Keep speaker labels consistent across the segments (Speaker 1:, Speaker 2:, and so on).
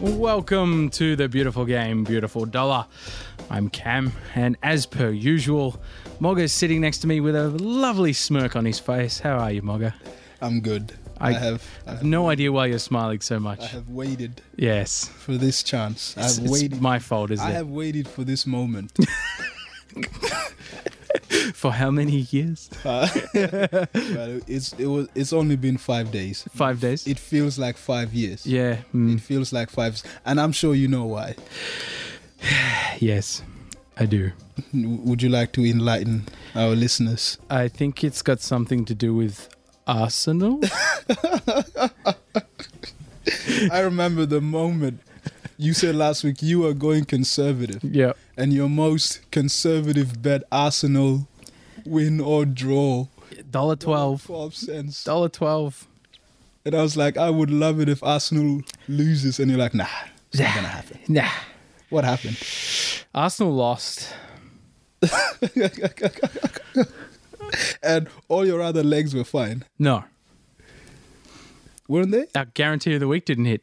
Speaker 1: welcome to the beautiful game, Beautiful Dollar. I'm Cam, and as per usual, Mogga's sitting next to me with a lovely smirk on his face. How are you, Mogga?
Speaker 2: I'm good. I, have I have,
Speaker 1: No idea why you're smiling so much.
Speaker 2: I have waited
Speaker 1: yes.
Speaker 2: for this chance.
Speaker 1: It's,
Speaker 2: I've
Speaker 1: it's
Speaker 2: waited.
Speaker 1: my fault, isn't
Speaker 2: I
Speaker 1: it?
Speaker 2: have waited for this moment.
Speaker 1: For how many years?
Speaker 2: Uh, well, it's it was it's only been five days.
Speaker 1: Five days?
Speaker 2: It feels like five years.
Speaker 1: yeah. mm,
Speaker 2: It feels like five, s- and I'm sure you know why.
Speaker 1: yes, I do.
Speaker 2: W- Would you like to enlighten our listeners?
Speaker 1: I think it's got something to do with Arsenal.
Speaker 2: I remember the moment you said last week you were going conservative,
Speaker 1: yeah.
Speaker 2: and your most conservative bet, Arsenal, win or draw,
Speaker 1: Dollar twelve.
Speaker 2: twelve cents.
Speaker 1: Dollar twelve.
Speaker 2: And I was like, I would love it if Arsenal loses. And you're like, nah, it's not gonna happen.
Speaker 1: Nah.
Speaker 2: What happened?
Speaker 1: Arsenal lost.
Speaker 2: And all your other legs were fine,
Speaker 1: No.
Speaker 2: weren't they?
Speaker 1: Our guarantee of the week didn't hit.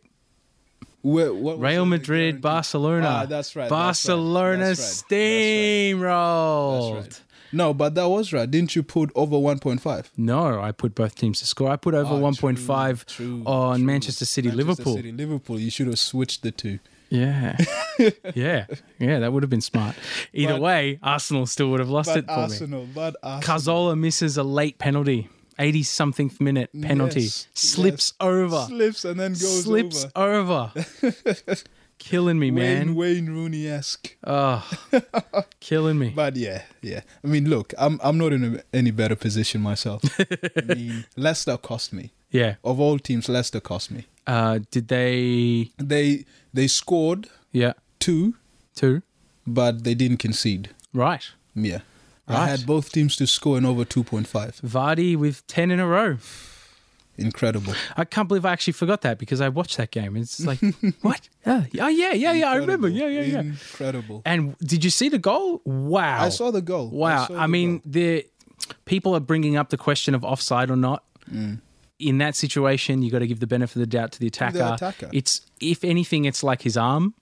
Speaker 2: Where, what was
Speaker 1: Real
Speaker 2: the
Speaker 1: Madrid,
Speaker 2: guarantee?
Speaker 1: Barcelona.
Speaker 2: Ah, that's right, that's right,
Speaker 1: Barcelona
Speaker 2: that's right, that's right. That's
Speaker 1: steamrolled.
Speaker 2: right. No, but that was right. Didn't you put over 1.5?
Speaker 1: No, I put both teams to score. I put over
Speaker 2: Ah,
Speaker 1: 1.5
Speaker 2: true, true,
Speaker 1: on
Speaker 2: true.
Speaker 1: Manchester City,
Speaker 2: Manchester
Speaker 1: Liverpool.
Speaker 2: City, Liverpool. You should have switched the two.
Speaker 1: Yeah. yeah. Yeah, that would have been smart. Either
Speaker 2: But-
Speaker 1: way, Arsenal still would have lost it
Speaker 2: But
Speaker 1: for me.
Speaker 2: Arsenal, but Arsenal.
Speaker 1: Carzola misses a late penalty, 80 something minute penalty,
Speaker 2: Yes,
Speaker 1: slips
Speaker 2: yes.
Speaker 1: over,
Speaker 2: Slips and then goes
Speaker 1: slips
Speaker 2: over.
Speaker 1: over. killing me, man.
Speaker 2: Wayne, Wayne Rooney esque.
Speaker 1: Oh, killing me.
Speaker 2: But yeah, yeah. I mean, look, I'm I'm not in a, any better position myself. I mean, Leicester cost me.
Speaker 1: Yeah.
Speaker 2: Of all teams, Leicester cost me.
Speaker 1: Uh, did they?
Speaker 2: They they scored
Speaker 1: Yeah.
Speaker 2: two,
Speaker 1: Two.
Speaker 2: but they didn't concede.
Speaker 1: Right.
Speaker 2: Yeah. I
Speaker 1: Right.
Speaker 2: had both teams to score in over 2.5.
Speaker 1: Vardy with ten in a row.
Speaker 2: Incredible.
Speaker 1: I can't believe I actually forgot that because I watched that game. It's like what? Oh yeah, yeah, yeah. I remember. Yeah, yeah, yeah.
Speaker 2: Incredible.
Speaker 1: And did you see the goal? Wow.
Speaker 2: I saw the goal.
Speaker 1: Wow.
Speaker 2: saw
Speaker 1: I,
Speaker 2: the
Speaker 1: mean,
Speaker 2: goal.
Speaker 1: the people are bringing up the question of offside or not.
Speaker 2: Mm.
Speaker 1: In that situation, you got to give the benefit of the doubt to the attacker.
Speaker 2: attacker.
Speaker 1: It's if anything, it's like his arm.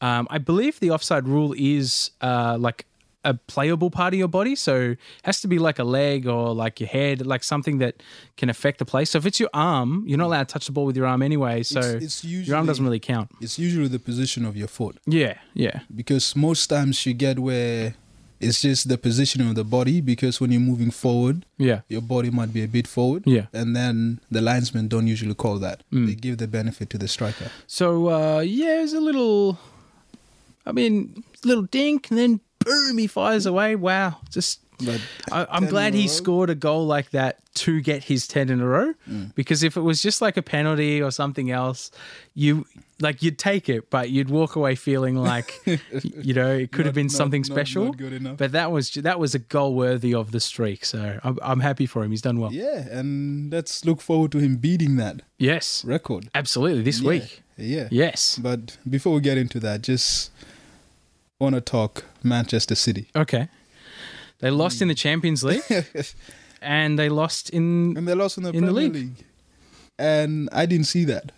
Speaker 1: Um, I believe the offside rule is uh, like a playable part of your body, so it has to be like a leg or like your head, like something that can affect the play. So if it's your arm, you're not allowed to touch the ball with your arm anyway. So
Speaker 2: It's- it's
Speaker 1: your arm
Speaker 2: usually-
Speaker 1: doesn't really count.
Speaker 2: it's usually the position of your foot
Speaker 1: Yeah, yeah,
Speaker 2: because most times you get where it's just the position of the body because when you're moving forward,
Speaker 1: yeah.
Speaker 2: your body might be a bit forward.
Speaker 1: Yeah. Mm.
Speaker 2: And then the linesmen don't usually call that. They give the benefit to the striker.
Speaker 1: So uh, yeah, it was a little. I mean, little dink, and then boom, he fires away. Wow, just.
Speaker 2: But
Speaker 1: I, I'm
Speaker 2: 10
Speaker 1: glad
Speaker 2: in a
Speaker 1: he
Speaker 2: row?
Speaker 1: scored a goal like that to get his ten in a row.
Speaker 2: Mm.
Speaker 1: Because if it was just like a penalty or something else, you like you'd take it, but you'd walk away feeling like y- you know it could have
Speaker 2: Not-
Speaker 1: been
Speaker 2: not-
Speaker 1: something
Speaker 2: not-
Speaker 1: special.
Speaker 2: not good enough.
Speaker 1: But that was that was a goal worthy of the streak. So I'm, I'm happy for him. He's done well.
Speaker 2: yeah, and let's look forward to him beating that
Speaker 1: Yes,
Speaker 2: record.
Speaker 1: absolutely. This
Speaker 2: Yeah,
Speaker 1: week.
Speaker 2: Yeah.
Speaker 1: Yes.
Speaker 2: But before we get into that, just want to talk Manchester City.
Speaker 1: Okay. They lost in the Champions League and they lost in
Speaker 2: And they lost in the
Speaker 1: In the
Speaker 2: Premier
Speaker 1: league.
Speaker 2: league. And I didn't see that.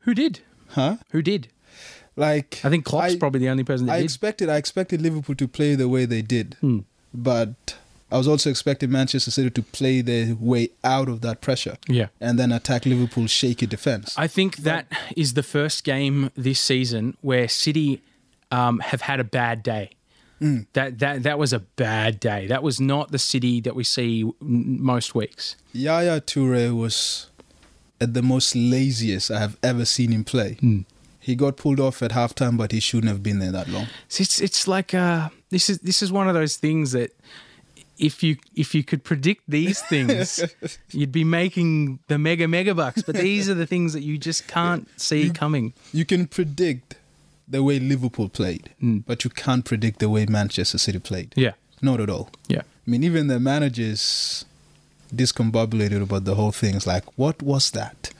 Speaker 1: who did?
Speaker 2: Huh?
Speaker 1: Who did?
Speaker 2: Like
Speaker 1: I think Klopp's
Speaker 2: I-
Speaker 1: probably the only person that
Speaker 2: I
Speaker 1: did. Hmm.
Speaker 2: expected I expected Liverpool to play the way they did. But I was also expecting Manchester City to play their way out of that pressure.
Speaker 1: yeah.
Speaker 2: and then attack Liverpool's shaky defense.
Speaker 1: I think that is the first game this season where City um, have had a bad day.
Speaker 2: Hmm.
Speaker 1: That that that was a bad day. That was not the City that we see m- most weeks.
Speaker 2: Yaya Toure was at the most laziest I have ever seen him play.
Speaker 1: Hmm.
Speaker 2: He got pulled off at halftime, but he shouldn't have been there that long.
Speaker 1: So It's it's like uh, this is this is one of those things that if you if you could predict these things, you'd be making the mega mega bucks. But these are the things that you just can't see coming.
Speaker 2: You can predict the way Liverpool played, but you can't predict the way Manchester City played.
Speaker 1: Hmm. Yeah,
Speaker 2: Not at all.
Speaker 1: yeah,
Speaker 2: I mean, even the managers discombobulated about the whole thing. It's like, what was that?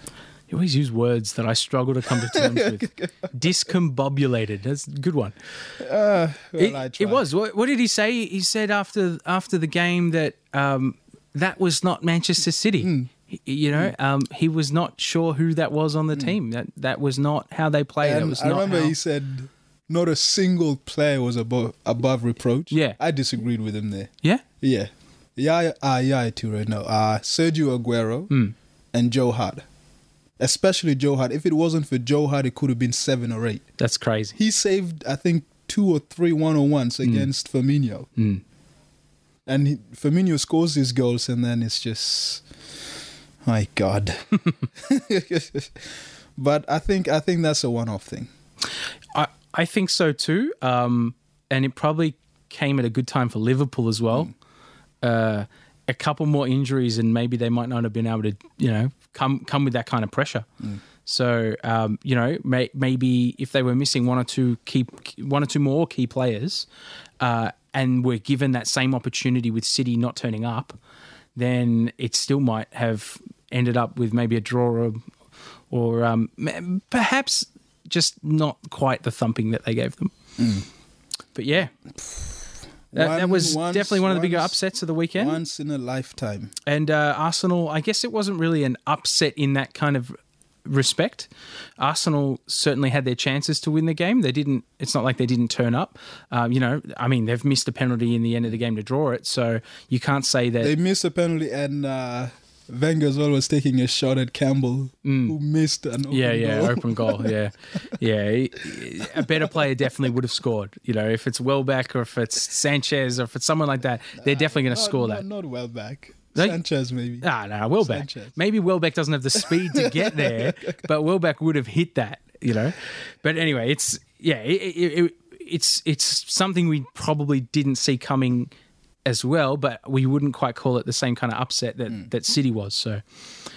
Speaker 1: you always use words that I struggle to come to terms with. Discombobulated. That's a good one.
Speaker 2: Well, I
Speaker 1: it, it
Speaker 2: tried.
Speaker 1: was. What, what did he
Speaker 2: Hmm.
Speaker 1: say? He said after after the game that um, that was not Manchester City. You know, um, he was not sure who that was on the team. That that was not how they played. that
Speaker 2: Hmm. And
Speaker 1: was
Speaker 2: I
Speaker 1: not
Speaker 2: remember
Speaker 1: how-
Speaker 2: he said not a single player was above above reproach.
Speaker 1: Yeah.
Speaker 2: I disagreed with him there.
Speaker 1: yeah,
Speaker 2: Yeah. Yeah, ah, yeah, too right now. Uh, Sergio Aguero
Speaker 1: Hmm.
Speaker 2: and Joe Hart. Especially Joe Hart. If it wasn't for Joe Hart, it could have been seven or eight.
Speaker 1: that's crazy.
Speaker 2: He saved, I think, two or three one on ones
Speaker 1: Mm.
Speaker 2: against Firmino. And he, Firmino scores his goals, and then it's just, my God. but I think I think that's a one off thing.
Speaker 1: I I think so too. Um, and it probably came at a good time for Liverpool as
Speaker 2: Hmm.
Speaker 1: well. Uh, a couple more injuries, and maybe they might not have been able to, you know, come come with that kind of pressure.
Speaker 2: Mm.
Speaker 1: So um, you know, may, maybe if they were missing one or two key, one or two more key players, uh, and were given that same opportunity with City not turning up, then it still might have ended up with maybe a draw or, or um, m- perhaps just not quite the thumping that they gave them. But yeah, that, that
Speaker 2: Mm. One-
Speaker 1: was
Speaker 2: once-
Speaker 1: definitely one of the bigger
Speaker 2: once-
Speaker 1: upsets of the weekend.
Speaker 2: Once in a lifetime.
Speaker 1: And uh, Arsenal, I guess it wasn't really an upset in that kind of respect. Arsenal certainly had their chances to win the game. They didn't. It's not like they didn't turn up. Um, you know, I mean, they've missed a penalty in the end of the game to draw it, so you can't say that.
Speaker 2: They missed a penalty, and uh, Wenger's always taking a shot at Campbell, who missed an open
Speaker 1: Mm. yeah, yeah,
Speaker 2: goal.
Speaker 1: open goal. Yeah, yeah. A better player definitely would have scored. You know, if it's Welbeck or if it's Sanchez or if it's someone like that, they're definitely going to
Speaker 2: Not-
Speaker 1: score
Speaker 2: not-
Speaker 1: that.
Speaker 2: Not well back.
Speaker 1: They-
Speaker 2: Sanchez maybe.
Speaker 1: Ah, no, Welbeck.
Speaker 2: Sanchez.
Speaker 1: Maybe Welbeck doesn't have the speed to get there, but Welbeck would have hit that, you know. But anyway, it's yeah, it, it, it, it's it's something we probably didn't see coming as well, but we wouldn't quite call it the same kind of upset that
Speaker 2: Mm.
Speaker 1: that City was. So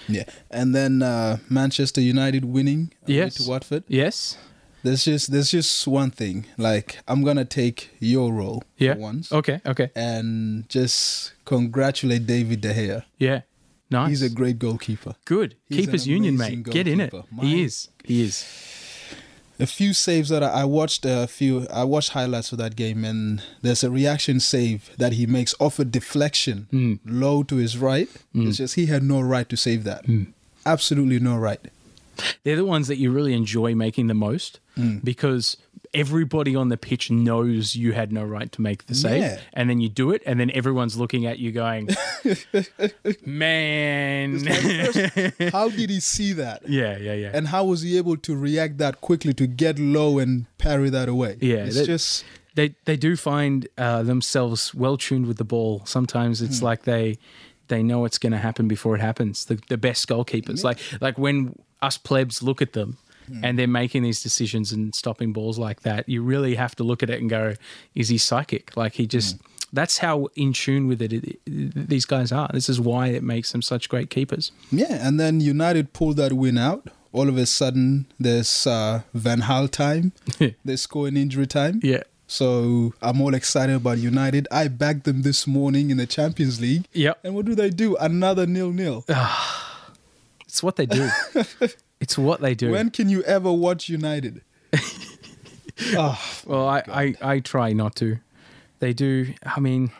Speaker 2: Yeah, and then uh, Manchester United winning away
Speaker 1: Yes.
Speaker 2: to Watford.
Speaker 1: yes,
Speaker 2: There's just there's just one thing. Like I'm gonna take your role
Speaker 1: yeah, Oh.
Speaker 2: for once,
Speaker 1: okay, okay,
Speaker 2: and just congratulate David De Gea.
Speaker 1: yeah, nice.
Speaker 2: He's a great goalkeeper.
Speaker 1: good
Speaker 2: he's an
Speaker 1: keepers union, mate.
Speaker 2: amazing
Speaker 1: Get in it.
Speaker 2: goalkeeper.
Speaker 1: He
Speaker 2: My-
Speaker 1: is. He is.
Speaker 2: a few saves that I, I watched uh, a few I watched highlights of that game and there's a reaction save that he makes off a deflection
Speaker 1: Hmm.
Speaker 2: low to his right. It's just he had no right to save that.
Speaker 1: Hmm.
Speaker 2: Absolutely no right.
Speaker 1: They're the ones that you really enjoy making the most
Speaker 2: Mm.
Speaker 1: because everybody on the pitch knows you had no right to make the save.
Speaker 2: Yeah.
Speaker 1: And then you do it, and then everyone's looking at you going, man.
Speaker 2: how did he see that?
Speaker 1: yeah, yeah, yeah.
Speaker 2: And how was he able to react that quickly to get low and parry that away?
Speaker 1: Yeah,
Speaker 2: It's
Speaker 1: that-
Speaker 2: just
Speaker 1: they, they do find uh, themselves well tuned with the ball. Sometimes it's like they they know it's going to happen before it happens. The, the best goalkeepers, like like when us plebs look at them and they're making these decisions and stopping balls like that, you really have to look at it and go, is he psychic? Like he just that's how in tune with it, it- it- these guys are. This is why it makes them such great keepers.
Speaker 2: Yeah, and then United pulled that win out. All of a sudden there's uh, Van Hal time. they score in injury time.
Speaker 1: Yeah.
Speaker 2: So I'm all excited about United. I bagged them this morning in the Champions League.
Speaker 1: Yep.
Speaker 2: And what do they do? Another nil nil.
Speaker 1: It's what they do. it's what they do.
Speaker 2: When can you ever watch United? Ah,
Speaker 1: Well, I, I, I try not to. They do. I mean,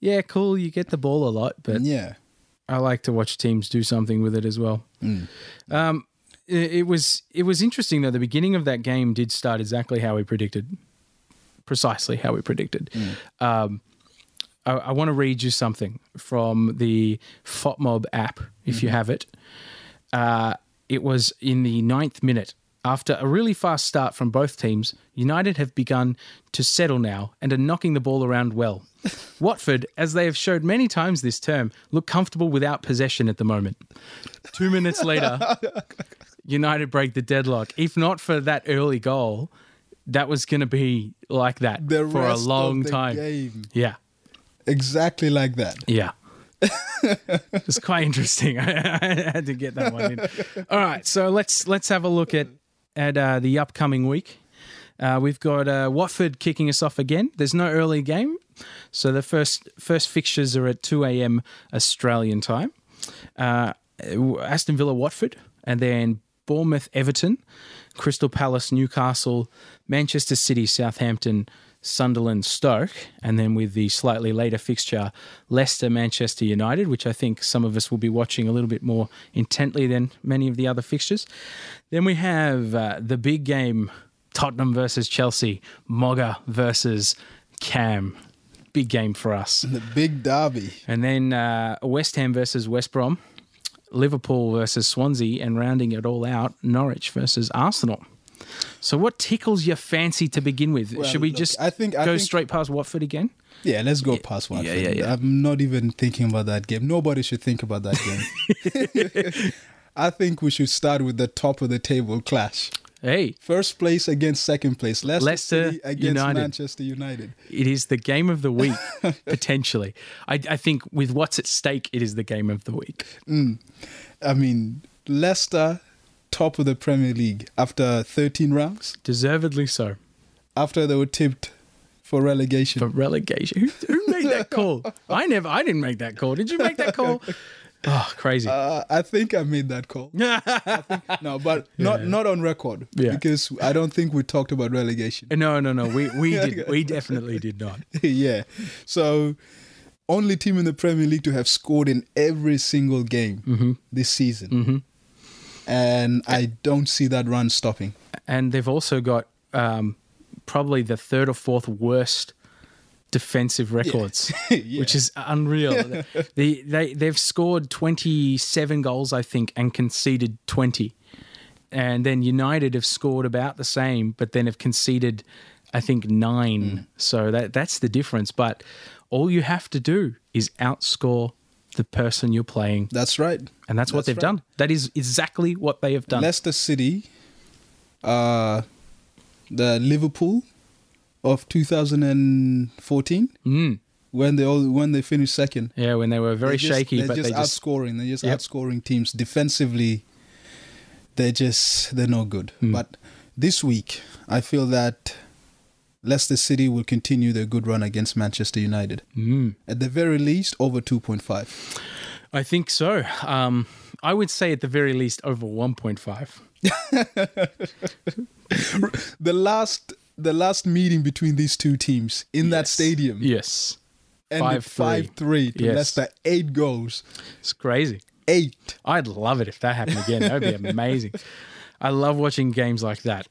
Speaker 1: yeah, cool. You get the ball a lot, but
Speaker 2: yeah.
Speaker 1: I like to watch teams do something with it as well. Um, i- it, was it was interesting though. The beginning of that game did start exactly how we predicted, precisely how we predicted. Um, I, I want to read you something from the FOTMob app if
Speaker 2: Mm-hmm.
Speaker 1: you have it. Uh, it was in the ninth minute. After a really fast start from both teams, United have begun to settle now and are knocking the ball around well. Watford, as they have showed many times this term, look comfortable without possession at the moment. Two minutes later, United break the deadlock. If not for that early goal, that was going to be like that
Speaker 2: The
Speaker 1: for a
Speaker 2: rest
Speaker 1: long
Speaker 2: of the
Speaker 1: time.
Speaker 2: game.
Speaker 1: Yeah.
Speaker 2: Exactly like that.
Speaker 1: Yeah. it's quite interesting. I, had to get that one in. All right, so let's let's have a look at at uh, the upcoming week. Uh, we've got uh, Watford kicking us off again. There's no early game, so the first first fixtures are at 2 a.m. Australian time. Uh, Aston Villa Watford, and then Bournemouth Everton, Crystal Palace Newcastle, Manchester City Southampton, Sunderland Stoke, and then with the slightly later fixture, Leicester Manchester United, which I think some of us will be watching a little bit more intently than many of the other fixtures. Then we have uh, the big game Tottenham versus Chelsea, Mogga versus Cam. Big game for us.
Speaker 2: The big derby.
Speaker 1: And then uh, West Ham versus West Brom, Liverpool versus Swansea, and rounding it all out, Norwich versus Arsenal. So, what tickles your fancy to begin with?
Speaker 2: Well,
Speaker 1: Should we
Speaker 2: look,
Speaker 1: just
Speaker 2: I think-
Speaker 1: go
Speaker 2: I think-
Speaker 1: straight past Watford again?
Speaker 2: Yeah, let's go past one.
Speaker 1: yeah, yeah, yeah.
Speaker 2: I'm not even thinking about that game. Nobody should think about that game. I think we should start with the top of the table clash.
Speaker 1: Hey,
Speaker 2: First place against second place. Leicester,
Speaker 1: Leicester
Speaker 2: City against
Speaker 1: United.
Speaker 2: Manchester United.
Speaker 1: it is the game of the week potentially. I, I think with what's at stake, it is the game of the week.
Speaker 2: I mean, Leicester top of the Premier League after 13 rounds,
Speaker 1: Deservedly so
Speaker 2: after they were tipped for relegation.
Speaker 1: for relegation. Who, who made that call? I never. I didn't make that call. Did you make that call? Oh, crazy.
Speaker 2: uh, I think I made that call. no, but not not on record
Speaker 1: Yeah.
Speaker 2: because I don't think we talked about relegation.
Speaker 1: no, no, no. We we did. We definitely did not.
Speaker 2: yeah. So, only team in the Premier League to have scored in every single game
Speaker 1: Mm-hmm.
Speaker 2: this season. And I don't see that run stopping.
Speaker 1: And they've also got um, probably the third or fourth worst defensive records,
Speaker 2: Yeah.
Speaker 1: which is unreal. the, they they've scored twenty seven goals, I think, and conceded twenty. And then United have scored about the same, but then have conceded, I think, nine.
Speaker 2: Mm.
Speaker 1: So that that's the difference. But all you have to do is outscore the person you're playing,
Speaker 2: That's right.
Speaker 1: and that's, what
Speaker 2: That's
Speaker 1: they've
Speaker 2: right.
Speaker 1: done. That is exactly what they have done.
Speaker 2: Leicester City, uh, the Liverpool of 2014
Speaker 1: Mm.
Speaker 2: when they all when they finished second.
Speaker 1: Yeah, when they were very
Speaker 2: They're just-
Speaker 1: shaky,
Speaker 2: they're
Speaker 1: but
Speaker 2: just
Speaker 1: they just
Speaker 2: outscoring. They're just
Speaker 1: Yep.
Speaker 2: outscoring teams defensively. They're just they're not good.
Speaker 1: Hmm.
Speaker 2: But this week, I feel that Leicester City will continue their good run against Manchester United.
Speaker 1: Hmm.
Speaker 2: Mm. At the very least, over two point five.
Speaker 1: I think so. Um, I would say at the very least over 1.5.
Speaker 2: The last the last meeting between these two teams in that stadium
Speaker 1: Yes.
Speaker 2: ended
Speaker 1: 5-3.
Speaker 2: five three to
Speaker 1: Yes.
Speaker 2: Leicester. Eight goals,
Speaker 1: It's crazy.
Speaker 2: eight.
Speaker 1: I'd love it if that happened again. That would be amazing. I love watching games like that.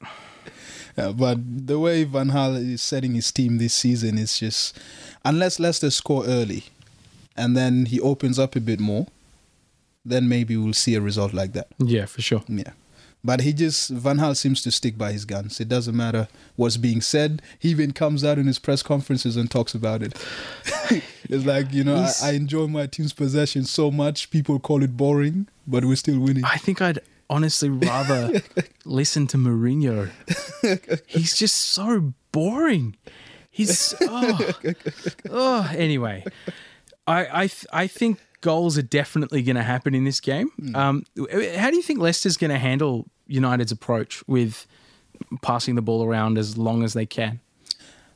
Speaker 2: Yeah, but the way Van Hal is setting his team this season is just, unless Leicester score early, and then he opens up a bit more, then maybe we'll see a result like that.
Speaker 1: Yeah, for sure.
Speaker 2: Yeah. But he just Van Hal seems to stick by his guns. It doesn't matter what's being said. He even comes out in his press conferences and talks about it. it's like you know,
Speaker 1: He's-
Speaker 2: I, I enjoy my team's possession so much. People call it boring, but we're still winning.
Speaker 1: I think I'd honestly rather listen to Mourinho. He's just so boring. He's oh, oh anyway. I I th- I think goals are definitely going to happen in this game. Um, how do you think Leicester's going to handle United's approach with passing the ball around as long as they can?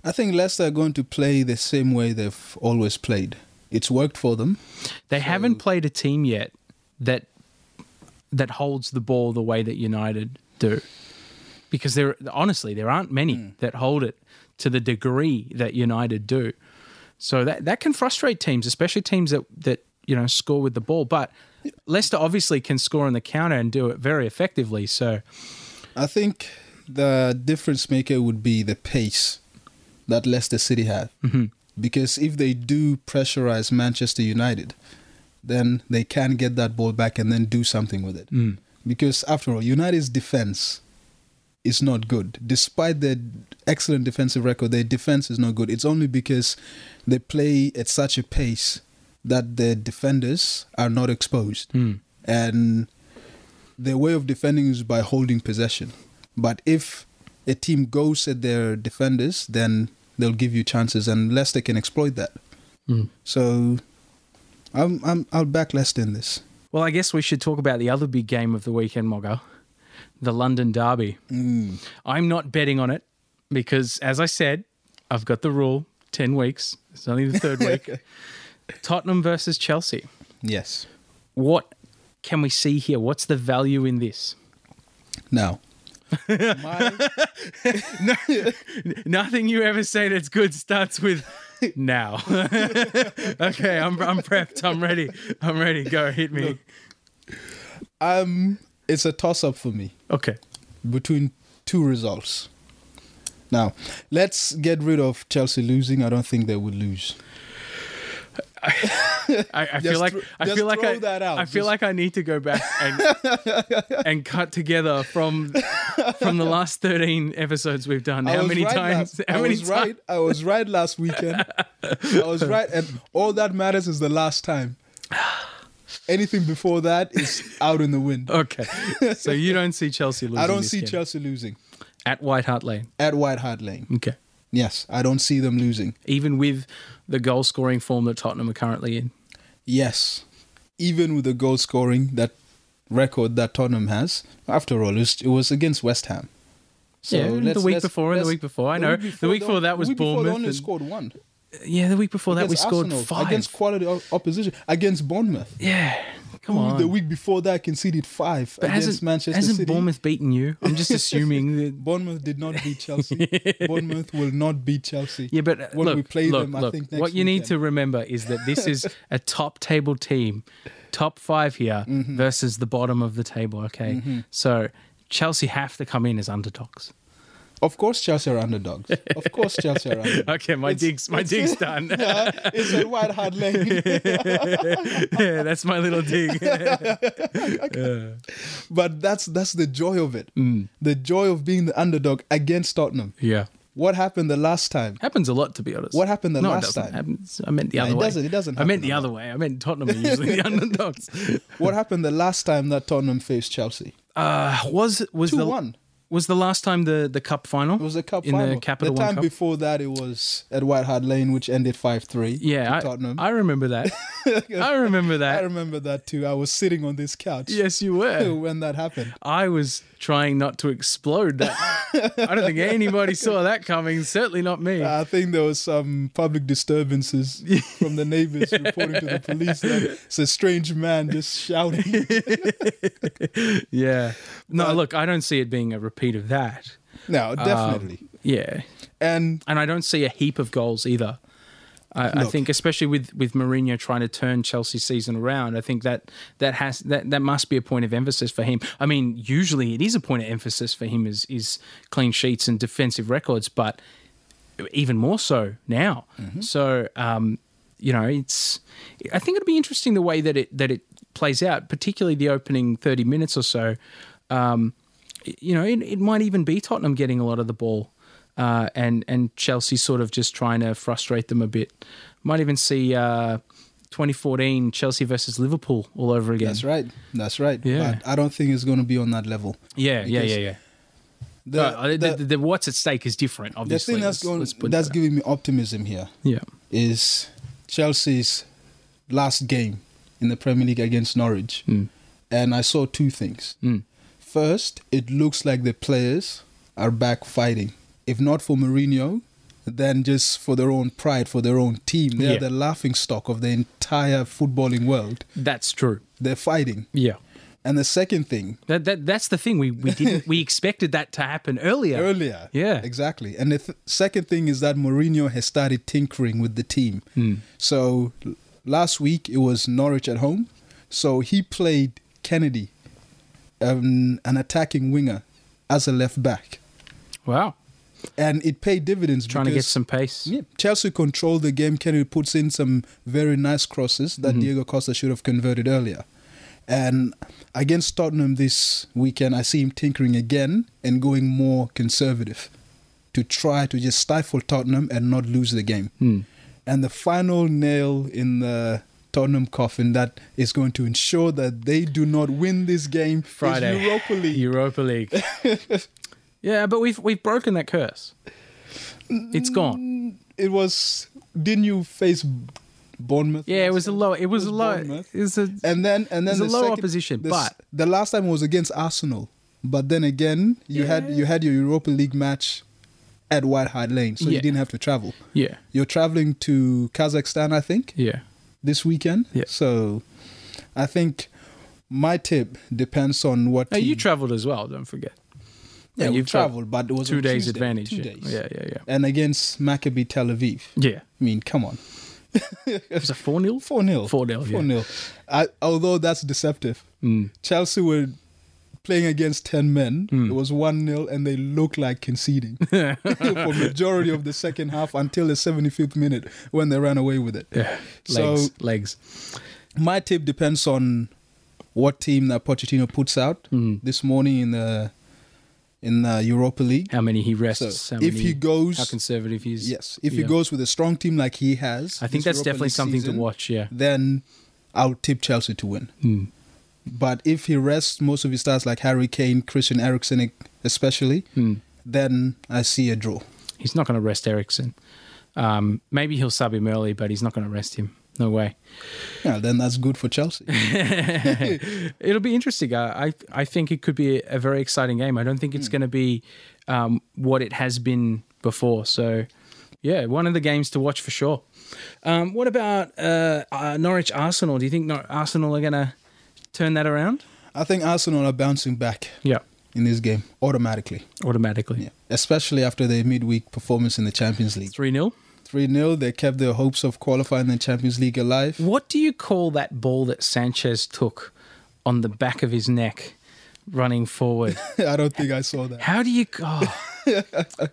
Speaker 2: I think Leicester are going to play the same way they've always played. It's worked for them.
Speaker 1: They haven't played a team yet that that holds the ball the way that United do. Because there honestly there aren't many that hold it to the degree that United do. So that that can frustrate teams, especially teams that that you know score with the ball, but Leicester obviously can score on the counter and do it very effectively. So
Speaker 2: I think the difference maker would be the pace that Leicester City have. Mm-hmm. Because if they do pressurize Manchester United, then they can get that ball back and then do something with it. Because after all, United's defense is not good. Despite their excellent defensive record, their defense is not good. It's only because they play at such a pace that their defenders are not exposed. And their way of defending is by holding possession. But if a team goes at their defenders, then they'll give you chances, and Leicester can exploit that. So, I'm, I'm I'll back Leicester in this.
Speaker 1: well, I guess we should talk about the other big game of the weekend, Mogger, the London Derby. I'm not betting on it because, as I said, I've got the rule 10 weeks. It's only the third week. Tottenham versus Chelsea.
Speaker 2: Yes.
Speaker 1: What can we see here? What's the value in this?
Speaker 2: Now, My,
Speaker 1: No, nothing you ever say that's good starts with now. okay, I'm I'm prepped. I'm ready. I'm ready. Go hit me.
Speaker 2: um, it's a toss up for me
Speaker 1: Okay.
Speaker 2: between two results. Now, let's get rid of Chelsea losing. I don't think they would lose.
Speaker 1: I, I feel
Speaker 2: Just
Speaker 1: like
Speaker 2: thro-
Speaker 1: I
Speaker 2: just
Speaker 1: feel like
Speaker 2: throw
Speaker 1: I,
Speaker 2: that out.
Speaker 1: I feel
Speaker 2: Just-
Speaker 1: like I need to go back and and cut together from from the last 13 episodes we've done.
Speaker 2: I
Speaker 1: How
Speaker 2: was
Speaker 1: many
Speaker 2: right
Speaker 1: times?
Speaker 2: last-
Speaker 1: how
Speaker 2: I
Speaker 1: many
Speaker 2: was right. I was right last weekend. I was right, and all that matters is the last time. Anything before that is out in the wind.
Speaker 1: Okay. So you don't see Chelsea losing
Speaker 2: I don't
Speaker 1: this
Speaker 2: see
Speaker 1: game.
Speaker 2: Chelsea losing
Speaker 1: at White Hart Lane.
Speaker 2: at White Hart Lane.
Speaker 1: Okay.
Speaker 2: Yes, I don't see them losing.
Speaker 1: Even with the goal scoring form that Tottenham are currently in.
Speaker 2: Yes, even with the goal scoring that record that Tottenham has. After all, it's- it was against West Ham. So
Speaker 1: Yeah, and the
Speaker 2: let's-
Speaker 1: week
Speaker 2: let's-
Speaker 1: before and the
Speaker 2: let's-
Speaker 1: week before. I know. The week before that was
Speaker 2: the week before
Speaker 1: Bournemouth
Speaker 2: They only
Speaker 1: and-
Speaker 2: scored one.
Speaker 1: Yeah, the week before that we
Speaker 2: Against
Speaker 1: scored
Speaker 2: Arsenal,
Speaker 1: five.
Speaker 2: against quality o- opposition against Bournemouth.
Speaker 1: yeah. Come
Speaker 2: Who
Speaker 1: on.
Speaker 2: The week before that conceded five
Speaker 1: But
Speaker 2: against
Speaker 1: hasn't,
Speaker 2: Manchester
Speaker 1: hasn't
Speaker 2: City.
Speaker 1: Bournemouth beaten you? I'm just assuming that
Speaker 2: Bournemouth did not beat Chelsea. Bournemouth will not beat Chelsea.
Speaker 1: Yeah, but uh,
Speaker 2: when
Speaker 1: look,
Speaker 2: we play
Speaker 1: look,
Speaker 2: them,
Speaker 1: look,
Speaker 2: I think next
Speaker 1: what you need to
Speaker 2: weekend.
Speaker 1: remember is that this is a top table team, top five here
Speaker 2: Mm-hmm.
Speaker 1: versus the bottom of the table. Okay, so Chelsea have to come in as underdogs.
Speaker 2: Of course, Chelsea are underdogs. Of course, Chelsea are underdogs.
Speaker 1: Okay, my dig's my dig's done.
Speaker 2: Yeah, it's at White Hart Lane.
Speaker 1: yeah, that's my little dig.
Speaker 2: but that's that's the joy of it.
Speaker 1: Mm.
Speaker 2: The joy of being the underdog against Tottenham.
Speaker 1: yeah,
Speaker 2: What happened the last time?
Speaker 1: happens a lot to be honest.
Speaker 2: What happened the
Speaker 1: no, it
Speaker 2: last
Speaker 1: doesn't.
Speaker 2: time?
Speaker 1: Happens. I meant the other
Speaker 2: it
Speaker 1: way.
Speaker 2: doesn't- it doesn't
Speaker 1: I meant
Speaker 2: happen
Speaker 1: the
Speaker 2: a
Speaker 1: other way. I meant Tottenham are usually the underdogs.
Speaker 2: What happened the last time that Tottenham faced Chelsea?
Speaker 1: Uh, was was the
Speaker 2: 2-1.
Speaker 1: was the last time the the cup final?
Speaker 2: It was a cup
Speaker 1: in
Speaker 2: final.
Speaker 1: the Capital
Speaker 2: the
Speaker 1: One
Speaker 2: time
Speaker 1: Cup?
Speaker 2: before that, it was at White Hart Lane, which ended five three.
Speaker 1: Yeah, I,
Speaker 2: Tottenham.
Speaker 1: I remember that. I remember
Speaker 2: I
Speaker 1: that.
Speaker 2: remember that too. I was sitting on this couch
Speaker 1: yes, you were.
Speaker 2: when that happened.
Speaker 1: I was trying not to explode that. I don't think anybody saw that coming. Certainly not me.
Speaker 2: I think there was some public disturbances from the neighbors reporting to the police that it's a strange man just shouting.
Speaker 1: yeah. No, look, I don't see it being a repeat of that. Um,
Speaker 2: No, definitely.
Speaker 1: Yeah.
Speaker 2: and
Speaker 1: And I don't see a heap of goals either. I, I
Speaker 2: Look.
Speaker 1: think, especially with with Mourinho trying to turn Chelsea's season around, I think that that has that, that must be a point of emphasis for him. I mean, usually it is a point of emphasis for him is is clean sheets and defensive records, but even more so now.
Speaker 2: Mm-hmm.
Speaker 1: So, um, you know, it's I think it'll be interesting the way that it that it plays out, particularly the opening thirty minutes or so. Um, you know, it, it might even be Tottenham getting a lot of the ball, uh, and and Chelsea sort of just trying to frustrate them a bit. Might even see uh, 2014 Chelsea versus Liverpool all over again.
Speaker 2: that's right. That's right.
Speaker 1: Yeah.
Speaker 2: But I don't think it's going to be on that level.
Speaker 1: Yeah, yeah, yeah,
Speaker 2: Because
Speaker 1: yeah.
Speaker 2: The,
Speaker 1: Uh, the,
Speaker 2: the-
Speaker 1: the- the- what's at stake is different.
Speaker 2: the
Speaker 1: Obviously,
Speaker 2: thing that's
Speaker 1: Let's-
Speaker 2: going
Speaker 1: let's put
Speaker 2: that's
Speaker 1: that.
Speaker 2: giving me optimism here
Speaker 1: yeah,
Speaker 2: is Chelsea's last game in the Premier League against Norwich. And I saw two things.
Speaker 1: Mm.
Speaker 2: First, it looks like the players are back fighting. If not for Mourinho, then just for their own pride, for their own team. They're
Speaker 1: Yeah.
Speaker 2: the laughing stock of the entire footballing world.
Speaker 1: that's true.
Speaker 2: They're fighting.
Speaker 1: Yeah.
Speaker 2: And the second thing,
Speaker 1: That, that that's the thing we we didn't we expected that to happen earlier.
Speaker 2: earlier.
Speaker 1: Yeah.
Speaker 2: Exactly. And the th- second thing is that Mourinho has started tinkering with the team.
Speaker 1: Hmm.
Speaker 2: So l- last week it was Norwich at home. So he played Kennedy, um, an attacking winger, as a left back.
Speaker 1: Wow,
Speaker 2: And it paid dividends.
Speaker 1: trying to get
Speaker 2: because-
Speaker 1: some pace.
Speaker 2: Yeah, Chelsea controlled the game. Kennedy puts in some very nice crosses that
Speaker 1: Mm-hmm.
Speaker 2: Diego Costa should have converted earlier. And against Tottenham this weekend, I see him tinkering again and going more conservative to try to just stifle Tottenham and not lose the game.
Speaker 1: Hmm.
Speaker 2: And the final nail in the Tottenham coffin that is going to ensure that they do not win this game
Speaker 1: Friday,
Speaker 2: is Europa League.
Speaker 1: Europa League. yeah, but we've we've broken that curse. It's
Speaker 2: Mm,
Speaker 1: gone.
Speaker 2: It was. Didn't you face Bournemouth?
Speaker 1: Yeah, it
Speaker 2: last
Speaker 1: was a
Speaker 2: time?
Speaker 1: low. It was a low.
Speaker 2: Bournemouth.
Speaker 1: It was a
Speaker 2: And then and then
Speaker 1: It's a
Speaker 2: the
Speaker 1: low
Speaker 2: second-
Speaker 1: opposition,
Speaker 2: the,
Speaker 1: but-
Speaker 2: the last time was against Arsenal. But then again, you had you had your Europa League match at White Hart Lane, so
Speaker 1: Yeah.
Speaker 2: you didn't have to travel.
Speaker 1: yeah,
Speaker 2: You're traveling to Kazakhstan, I think,
Speaker 1: yeah.
Speaker 2: this weekend.
Speaker 1: Yeah.
Speaker 2: So I think my tip depends on what
Speaker 1: Now
Speaker 2: team.
Speaker 1: you travelled as well. Don't forget.
Speaker 2: Yeah,
Speaker 1: And
Speaker 2: we
Speaker 1: you've got
Speaker 2: traveled, but it was
Speaker 1: two
Speaker 2: on
Speaker 1: days
Speaker 2: Tuesday,
Speaker 1: advantage.
Speaker 2: Two
Speaker 1: yeah.
Speaker 2: days.
Speaker 1: Yeah, yeah, yeah.
Speaker 2: And against Maccabi Tel Aviv.
Speaker 1: Yeah.
Speaker 2: I mean, come on.
Speaker 1: It was a 4 0?
Speaker 2: 4 0.
Speaker 1: 4-0, yeah.
Speaker 2: 4 0. Although that's deceptive.
Speaker 1: Mm.
Speaker 2: Chelsea were playing against 10 men.
Speaker 1: Hmm.
Speaker 2: It was 1 0, and they looked like conceding for majority of the second half until the 75th minute when they ran away with it.
Speaker 1: Yeah.
Speaker 2: So-
Speaker 1: Legs. legs.
Speaker 2: My tip depends on what team that Pochettino puts out
Speaker 1: Hmm.
Speaker 2: this morning in the in the Europa League.
Speaker 1: How many he
Speaker 2: So
Speaker 1: rests. how
Speaker 2: if
Speaker 1: many,
Speaker 2: he goes,
Speaker 1: How conservative he's.
Speaker 2: yes, if he
Speaker 1: yeah.
Speaker 2: goes with a strong team like he has,
Speaker 1: I think that's
Speaker 2: this Europa
Speaker 1: definitely
Speaker 2: League
Speaker 1: something
Speaker 2: season,
Speaker 1: to watch. Yeah.
Speaker 2: Then I'll tip Chelsea to win.
Speaker 1: Hmm.
Speaker 2: But if he rests most of his stars like Harry Kane, Christian Eriksen, especially,
Speaker 1: mm.
Speaker 2: then I see a draw.
Speaker 1: He's not going to rest Ericsson. Um, maybe he'll sub him early, but he's not going to rest him. No way.
Speaker 2: Yeah, then that's good for Chelsea.
Speaker 1: It'll be interesting. I I, I think it could be a very exciting game. I don't think it's going to be um, what it has been before. So, yeah, one of the games to watch for sure. Um, what about uh, uh, Norwich Arsenal? Do you think Nor- Arsenal are going to turn that around?
Speaker 2: I think Arsenal are bouncing back
Speaker 1: Yeah,
Speaker 2: in this game automatically,
Speaker 1: automatically.
Speaker 2: yeah. especially after their midweek performance in the Champions League.
Speaker 1: Three 0
Speaker 2: 3 0, they kept their hopes of qualifying the Champions League alive.
Speaker 1: What do you call that ball that Sanchez took on the back of his neck, running forward?
Speaker 2: I don't think I saw that.
Speaker 1: How do you? Oh.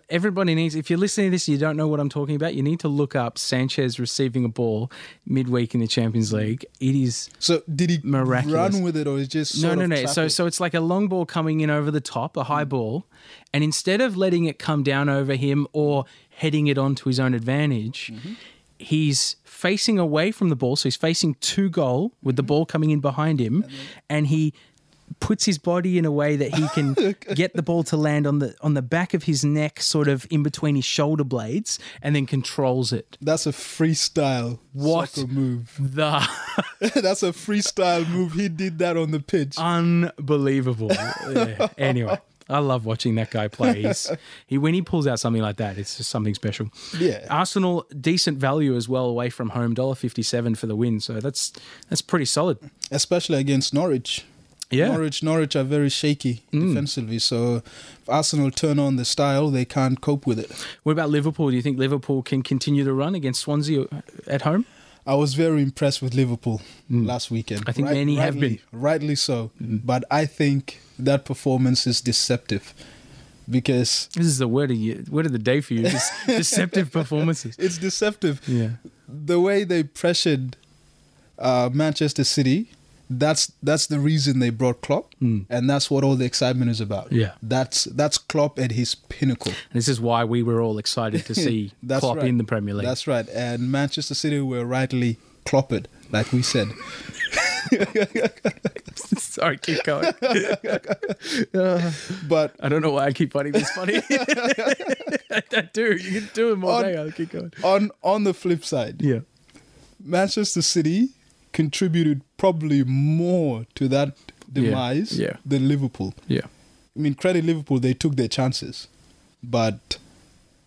Speaker 1: Everybody needs. If you're listening to this, you don't know what I'm talking about. You need to look up Sanchez receiving a ball midweek in the Champions League. It is
Speaker 2: So, did he
Speaker 1: Miraculous.
Speaker 2: run with it or is just.
Speaker 1: no,
Speaker 2: sort
Speaker 1: no,
Speaker 2: of Mm.
Speaker 1: no.
Speaker 2: trap
Speaker 1: So,
Speaker 2: it?
Speaker 1: so it's like a long ball coming in over the top, a high ball, and instead of letting it come down over him or heading it on to his own advantage,
Speaker 2: Mm-hmm.
Speaker 1: he's facing away from the ball. So he's facing two goal with
Speaker 2: Mm-hmm.
Speaker 1: the ball coming in behind him, and he puts his body in a way that he can get the ball to land on the on the back of his neck, sort of in between his shoulder blades, and then controls it.
Speaker 2: That's a freestyle
Speaker 1: What?
Speaker 2: soccer move.
Speaker 1: The
Speaker 2: That's a freestyle move. He did that on the pitch.
Speaker 1: unbelievable. Yeah. Anyway, I love watching that guy play. He's, he when he pulls out something like that, it's just something special.
Speaker 2: Yeah.
Speaker 1: Arsenal decent value as well away from home, dollar fifty seven for the win. So that's that's pretty solid.
Speaker 2: especially against Norwich.
Speaker 1: Yeah. Mm.
Speaker 2: Norwich, Norwich are very shaky defensively. So if Arsenal turn on the style, they can't cope with it.
Speaker 1: What about Liverpool? Do you think Liverpool can continue to run against Swansea at home?
Speaker 2: I was very impressed with Liverpool last weekend.
Speaker 1: Mm. I think many have Mm.
Speaker 2: rightly, rightly so. But I think that performance is deceptive because
Speaker 1: This is the word of you, word of the day for you. Just deceptive performances.
Speaker 2: it's deceptive.
Speaker 1: Yeah.
Speaker 2: The way they pressured uh, Manchester City. That's that's the reason they brought Klopp, and that's what all the excitement is about.
Speaker 1: Mm. Yeah.
Speaker 2: that's that's Klopp at his pinnacle.
Speaker 1: This is why we were all excited to see
Speaker 2: That's
Speaker 1: Klopp
Speaker 2: right.
Speaker 1: in the Premier League.
Speaker 2: That's right. And Manchester City were rightly cloppered, like we said.
Speaker 1: Sorry, keep going.
Speaker 2: But
Speaker 1: I don't know why I keep finding this funny. I, do. You can do it all
Speaker 2: On-
Speaker 1: day. I'll keep going.
Speaker 2: on on the flip side,
Speaker 1: Yeah.
Speaker 2: Manchester City contributed probably more to that demise
Speaker 1: yeah.
Speaker 2: than Liverpool.
Speaker 1: Yeah.
Speaker 2: I mean, credit Liverpool, they took their chances. But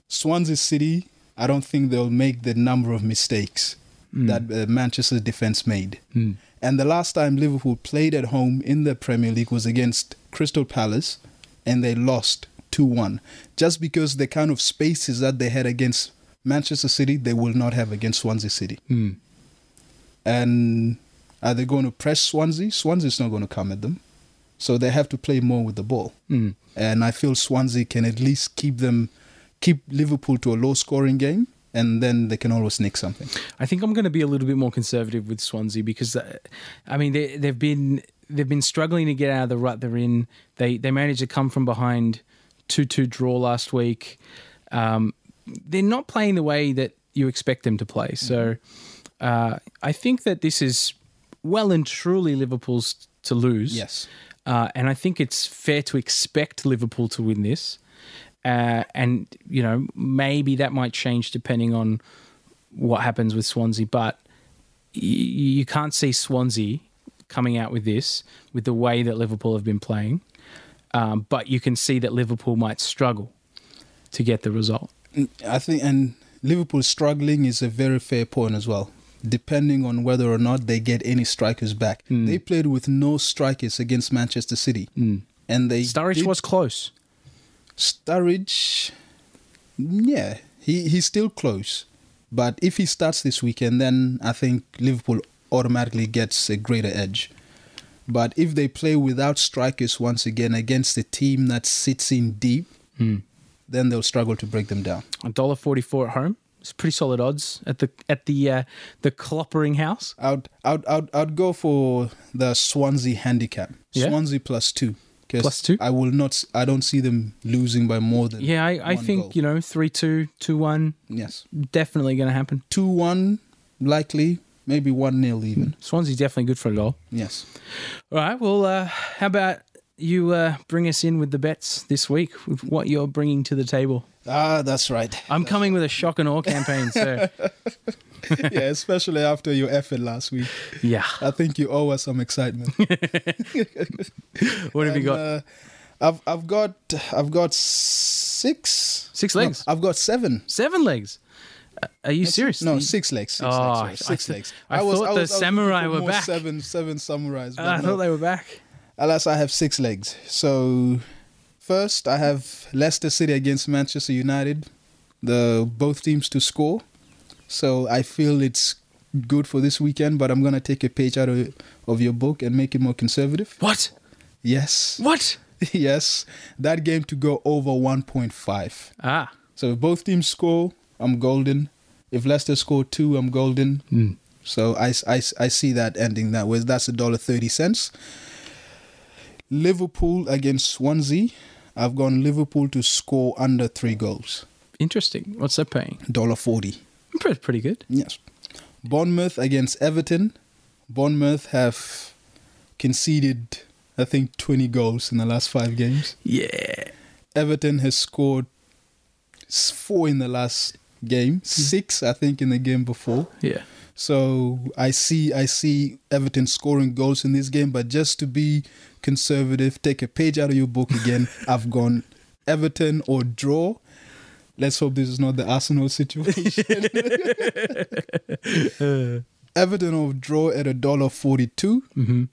Speaker 2: Swansea City, I don't think they'll make the number of mistakes that uh, Manchester defense made. And the last time Liverpool played at home in the Premier League was against Crystal Palace, and they lost 2 1. Just because the kind of spaces that they had against Manchester City, they will not have against Swansea City. And are they going to press Swansea? Swansea's not going to come at them. So they have to play more with the ball. And I feel Swansea can at least keep them, keep Liverpool to a low scoring game, and then they can always nick something.
Speaker 1: I think I'm going to be a little bit more conservative with Swansea because, uh, I mean, they, they've been they've been struggling to get out of the rut they're in. They they managed to come from behind, two two draw last week. Um, they're not playing the way that you expect them to play. So,
Speaker 2: Mm-hmm.
Speaker 1: uh, I think that this is well and truly Liverpool's to lose.
Speaker 2: Yes.
Speaker 1: Uh, and I think it's fair to expect Liverpool to win this. Uh, and, you know, maybe that might change depending on what happens with Swansea. But y- you can't see Swansea coming out with this, with the way that Liverpool have been playing. Um, but you can see that Liverpool might struggle to get the result.
Speaker 2: I think, and Liverpool struggling is a very fair point as well. Depending on whether or not they get any strikers back, they played with no strikers against Manchester City, and they
Speaker 1: Sturridge
Speaker 2: did-
Speaker 1: was close.
Speaker 2: Sturridge, yeah, he, he's still close. But if he starts this weekend, then I think Liverpool automatically gets a greater edge. But if they play without strikers once again against a team that sits in deep,
Speaker 1: Hmm.
Speaker 2: then they'll struggle to break them down.
Speaker 1: A dollar forty-four at home. It's pretty solid odds at the at the uh, the Cloppering House.
Speaker 2: I'd, I'd, I'd, I'd go for the Swansea handicap.
Speaker 1: Yeah.
Speaker 2: Swansea plus two. 'cause
Speaker 1: Plus two?
Speaker 2: I will not. s- I don't see them losing by more than.
Speaker 1: Yeah, I, I
Speaker 2: one
Speaker 1: think
Speaker 2: goal.
Speaker 1: you know three two two one
Speaker 2: Yes,
Speaker 1: definitely going to happen.
Speaker 2: two one likely, maybe one nil even.
Speaker 1: Swansea definitely good for a goal.
Speaker 2: Yes.
Speaker 1: All right. Well, uh, how about you uh, bring us in with the bets this week with what you're bringing to the table?
Speaker 2: Ah, that's right.
Speaker 1: I'm coming with a shock and awe campaign, so
Speaker 2: yeah, especially after your effort last week.
Speaker 1: yeah.
Speaker 2: I think you owe us some excitement.
Speaker 1: What have you
Speaker 2: And,
Speaker 1: got?
Speaker 2: uh, I've I've got I've got six
Speaker 1: Six
Speaker 2: No,
Speaker 1: legs?
Speaker 2: I've got seven.
Speaker 1: Seven legs. Uh, are you serious?
Speaker 2: No, six legs. Six
Speaker 1: Oh,
Speaker 2: legs.
Speaker 1: I-
Speaker 2: sorry, Six
Speaker 1: I-
Speaker 2: legs.
Speaker 1: I thought the
Speaker 2: looking
Speaker 1: samurai
Speaker 2: for
Speaker 1: were
Speaker 2: more
Speaker 1: back.
Speaker 2: Seven, seven samurais.
Speaker 1: Uh,
Speaker 2: But
Speaker 1: I
Speaker 2: no.
Speaker 1: thought they were back.
Speaker 2: Alas, I have six legs. So, first, I have Leicester City against Manchester United. The both teams to score. So I feel it's good for this weekend. But I'm gonna take a page out of of your book and make it more conservative.
Speaker 1: What?
Speaker 2: Yes,
Speaker 1: What?
Speaker 2: yes, that game to go over 1.5.
Speaker 1: Ah,
Speaker 2: So if both teams score, I'm golden. If Leicester score two, I'm golden.
Speaker 1: hmm.
Speaker 2: So I, I, I see that ending that way. That's a dollar thirty cents. Liverpool against Swansea. I've gone Liverpool to score under three goals.
Speaker 1: interesting. What's that paying?
Speaker 2: Dollar forty.
Speaker 1: Pre- Pretty good.
Speaker 2: Yes. Bournemouth against Everton. Bournemouth have conceded, I think, twenty goals in the last five games.
Speaker 1: Yeah.
Speaker 2: Everton has scored s- four in the last game, six I think in the game before.
Speaker 1: Yeah.
Speaker 2: So I see I see Everton scoring goals in this game, but just to be conservative, take a page out of your book again. I've gone Everton or draw. Let's hope this is not the Arsenal situation. Everton or draw at a dollar forty-two.
Speaker 1: Mm-hmm.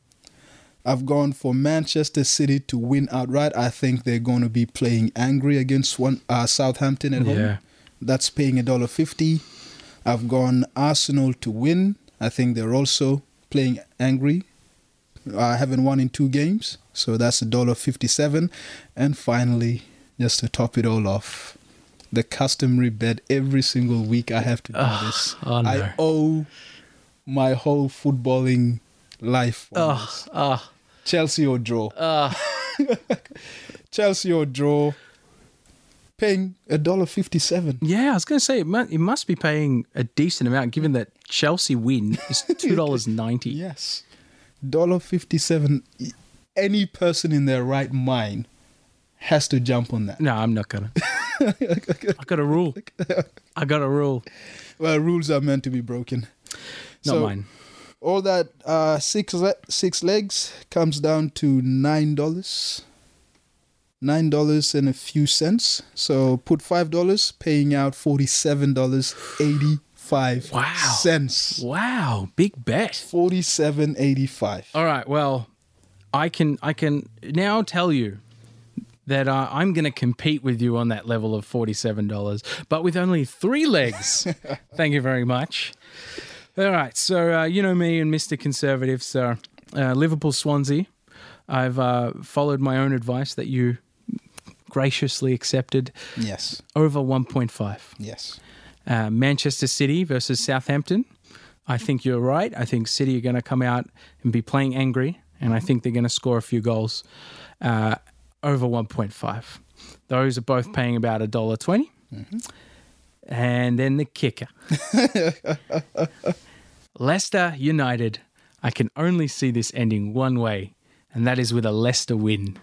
Speaker 2: I've gone for Manchester City to win outright. I think they're going to be playing angry against one uh, Southampton at
Speaker 1: Yeah.
Speaker 2: home. That's paying a dollar fifty. I've gone Arsenal to win. I think they're also playing angry. I haven't won in two games, so that's a dollar fifty-seven. And finally, just to top it all off, the customary bet every single week. I have to do this.
Speaker 1: oh no.
Speaker 2: I owe my whole footballing life. on this.
Speaker 1: Oh, oh,
Speaker 2: Chelsea or draw.
Speaker 1: oh.
Speaker 2: Chelsea or draw. Paying a dollar fifty-seven.
Speaker 1: Yeah, I was going to say it must, it must be paying a decent amount given that Chelsea win is $2.90.
Speaker 2: Yes, dollar fifty-seven. Any person in their right mind has to jump on that.
Speaker 1: No, I'm not going to. I got a rule. I got a rule.
Speaker 2: Well, rules are meant to be broken.
Speaker 1: Not
Speaker 2: So,
Speaker 1: mine.
Speaker 2: All that uh, six le- six legs comes down to nine dollars. Nine dollars and a few cents. So put five dollars, paying out forty-seven dollars eighty-five
Speaker 1: Wow.
Speaker 2: cents.
Speaker 1: Wow, big bet.
Speaker 2: Forty-seven eighty-five.
Speaker 1: All right, well, I can I can now tell you that uh, I'm going to compete with you on that level of $47, but with only 3 legs. Thank you very much. All right, so uh, you know me and Mr. Conservative, so uh, Liverpool Swansea. I've uh, followed my own advice that you graciously accepted
Speaker 2: Yes.
Speaker 1: over 1.5.
Speaker 2: Yes.
Speaker 1: uh, Manchester City versus Southampton. I think you're right. I think City are going to come out and be playing angry, and I think they're going to score a few goals uh, over 1.5. Those are both paying about a dollar 20 And then the kicker, Leicester United. I can only see this ending one way, and that is with a Leicester win.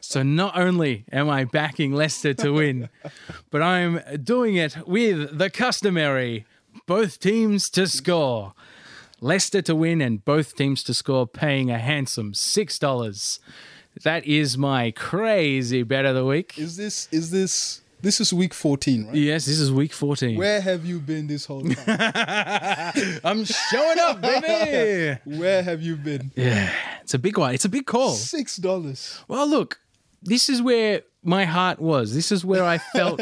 Speaker 1: So not only am I backing Leicester to win, but I'm doing it with the customary both teams to score. Leicester to win and both teams to score, paying a handsome $6. That is my crazy bet of the week.
Speaker 2: Is this is this this is week fourteen, right?
Speaker 1: Yes, this is week 14.
Speaker 2: Where have you been this whole time?
Speaker 1: I'm showing up, baby.
Speaker 2: Where have you been?
Speaker 1: yeah, it's a big one. It's a big call.
Speaker 2: Six dollars.
Speaker 1: Well, look, this is where my heart was. This is where I felt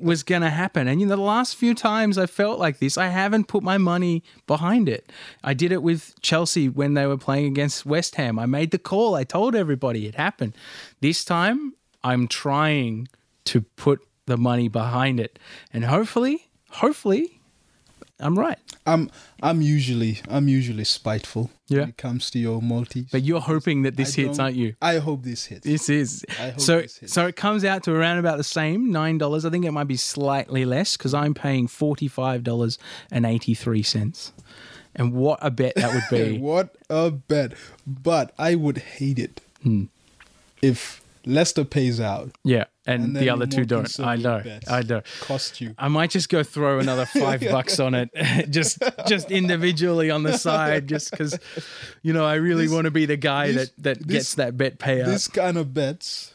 Speaker 1: was going to happen. And you know, the last few times I felt like this, I haven't put my money behind it. I did it with Chelsea when they were playing against West Ham. I made the call. I told everybody it happened. This time, I'm trying to put the money behind it, and hopefully, hopefully, I'm right.
Speaker 2: I'm I'm usually I'm usually spiteful
Speaker 1: Yeah.
Speaker 2: when it comes to your multi.
Speaker 1: But you're hoping that this hits, aren't you?
Speaker 2: I hope this hits.
Speaker 1: This is
Speaker 2: I hope
Speaker 1: so.
Speaker 2: this hits.
Speaker 1: So it comes out to around about the same nine dollars. I think it might be slightly less because I'm paying forty five dollars and eighty three cents. And what a bet that would be!
Speaker 2: What a bet. But I would hate it
Speaker 1: Hmm.
Speaker 2: if Leicester pays out.
Speaker 1: yeah, and,
Speaker 2: and then
Speaker 1: the
Speaker 2: your
Speaker 1: other
Speaker 2: more
Speaker 1: two don't. I
Speaker 2: conservative
Speaker 1: know.
Speaker 2: bets
Speaker 1: I know.
Speaker 2: Cost you.
Speaker 1: I might just go throw another five bucks on it, just just individually on the side, just because, you know, I really
Speaker 2: This-
Speaker 1: want to be the guy
Speaker 2: this-
Speaker 1: that that
Speaker 2: this-
Speaker 1: gets that bet payout.
Speaker 2: This kind of bets,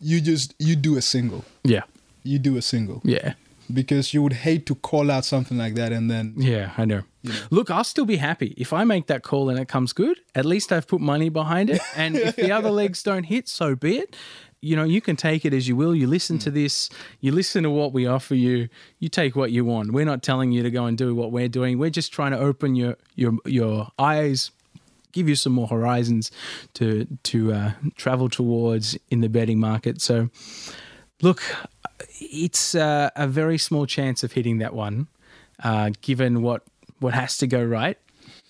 Speaker 2: you just you do a single.
Speaker 1: yeah,
Speaker 2: You do a single
Speaker 1: yeah.
Speaker 2: because you would hate to call out something like that and then
Speaker 1: Yeah, I know. Look, I'll still be happy if I make that call and it comes good. At least I've put money behind it. And if the other legs don't hit, so be it. You know, you can take it as you will. You listen to this, you listen to what we offer you, you take what you want. We're not telling you to go and do what we're doing. We're just trying to open your your your eyes, give you some more horizons to to uh, travel towards in the betting market. So Look, it's uh, a very small chance of hitting that one, uh, given what what has to go right.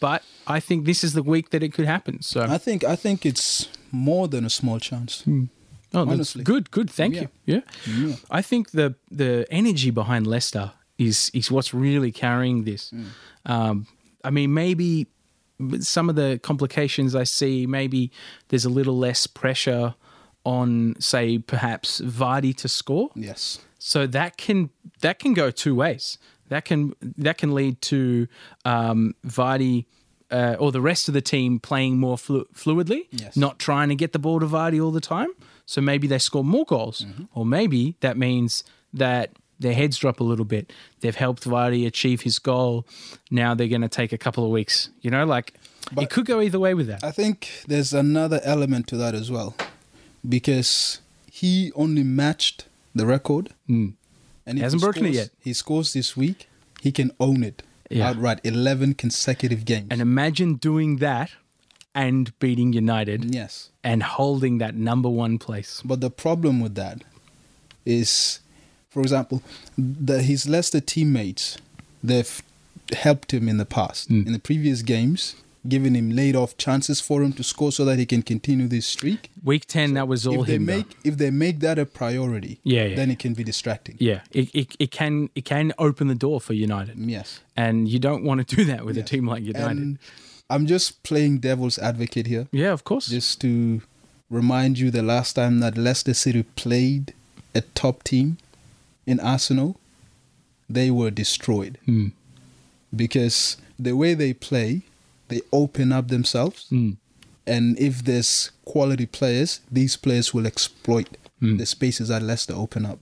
Speaker 1: But I think this is the week that it could happen. So,
Speaker 2: I think I think it's more than a small chance.
Speaker 1: oh, that's
Speaker 2: honestly.
Speaker 1: good, good. Thank
Speaker 2: Yeah.
Speaker 1: you. Yeah. I think the the energy behind Leicester is is what's really carrying this.
Speaker 2: Mm.
Speaker 1: Um, I mean, maybe some of the complications I see, maybe there's a little less pressure on, say, perhaps Vardy to score.
Speaker 2: Yes.
Speaker 1: So that can that can go two ways. That can that can lead to um, Vardy uh, or the rest of the team playing more flu- fluidly,
Speaker 2: Yes.
Speaker 1: not trying to get the ball to Vardy all the time. So maybe they score more goals,
Speaker 2: Mm-hmm.
Speaker 1: or maybe that means that their heads drop a little bit. They've helped Vardy achieve his goal. Now they're going to take a couple of weeks. You know, like it
Speaker 2: But-
Speaker 1: could go either way with that.
Speaker 2: I think there's another element to that as well, because he only matched the record, and if
Speaker 1: Hmm. Hasn't
Speaker 2: he
Speaker 1: broken it
Speaker 2: scores-
Speaker 1: yet.
Speaker 2: He scores this week. He can own it
Speaker 1: Yeah.
Speaker 2: outright. Eleven consecutive games.
Speaker 1: and imagine doing that and beating United
Speaker 2: yes,
Speaker 1: and holding that number one place.
Speaker 2: but the problem with that is, for example, the, his Leicester teammates they've helped him in the past
Speaker 1: Hmm.
Speaker 2: in the previous games. Giving him laid off chances for him to score so that he can continue this streak.
Speaker 1: Week ten, that was all
Speaker 2: if they
Speaker 1: him. though.
Speaker 2: make if they make that a priority,
Speaker 1: Yeah, yeah.
Speaker 2: then it can be distracting.
Speaker 1: yeah, it, it, it can it can open the door for United,
Speaker 2: Yes.
Speaker 1: and you don't want to do that with a team like United.
Speaker 2: And I'm just playing devil's advocate here,
Speaker 1: yeah, of course.
Speaker 2: just to remind you the last time that Leicester City played a top team in Arsenal, they were destroyed
Speaker 1: Hmm.
Speaker 2: because the way they play, they open up themselves. And if there's quality players, these players will exploit the spaces that Leicester open up.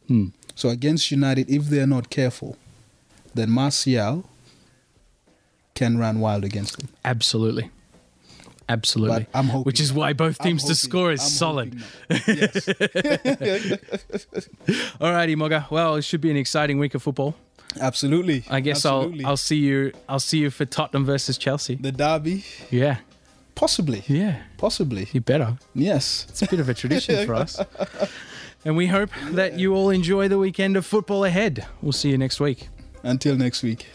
Speaker 2: So against United, if they're not careful, then Martial can run wild against them.
Speaker 1: Absolutely, absolutely.
Speaker 2: But I'm hoping
Speaker 1: Which is
Speaker 2: not.
Speaker 1: why both
Speaker 2: I'm
Speaker 1: teams to
Speaker 2: hoping-
Speaker 1: score is
Speaker 2: I'm
Speaker 1: solid.
Speaker 2: hoping not. Yes.
Speaker 1: Alrighty, Moga. Well, it should be an exciting week of football.
Speaker 2: Absolutely.
Speaker 1: I guess
Speaker 2: Absolutely.
Speaker 1: I'll I'll see you I'll see you for Tottenham versus Chelsea.
Speaker 2: the derby,
Speaker 1: Yeah,
Speaker 2: possibly,
Speaker 1: yeah.
Speaker 2: possibly.
Speaker 1: You better.
Speaker 2: Yes.
Speaker 1: It's a bit of a tradition for us. And we hope that you all enjoy the weekend of football ahead. We'll see you next week.
Speaker 2: Until next week.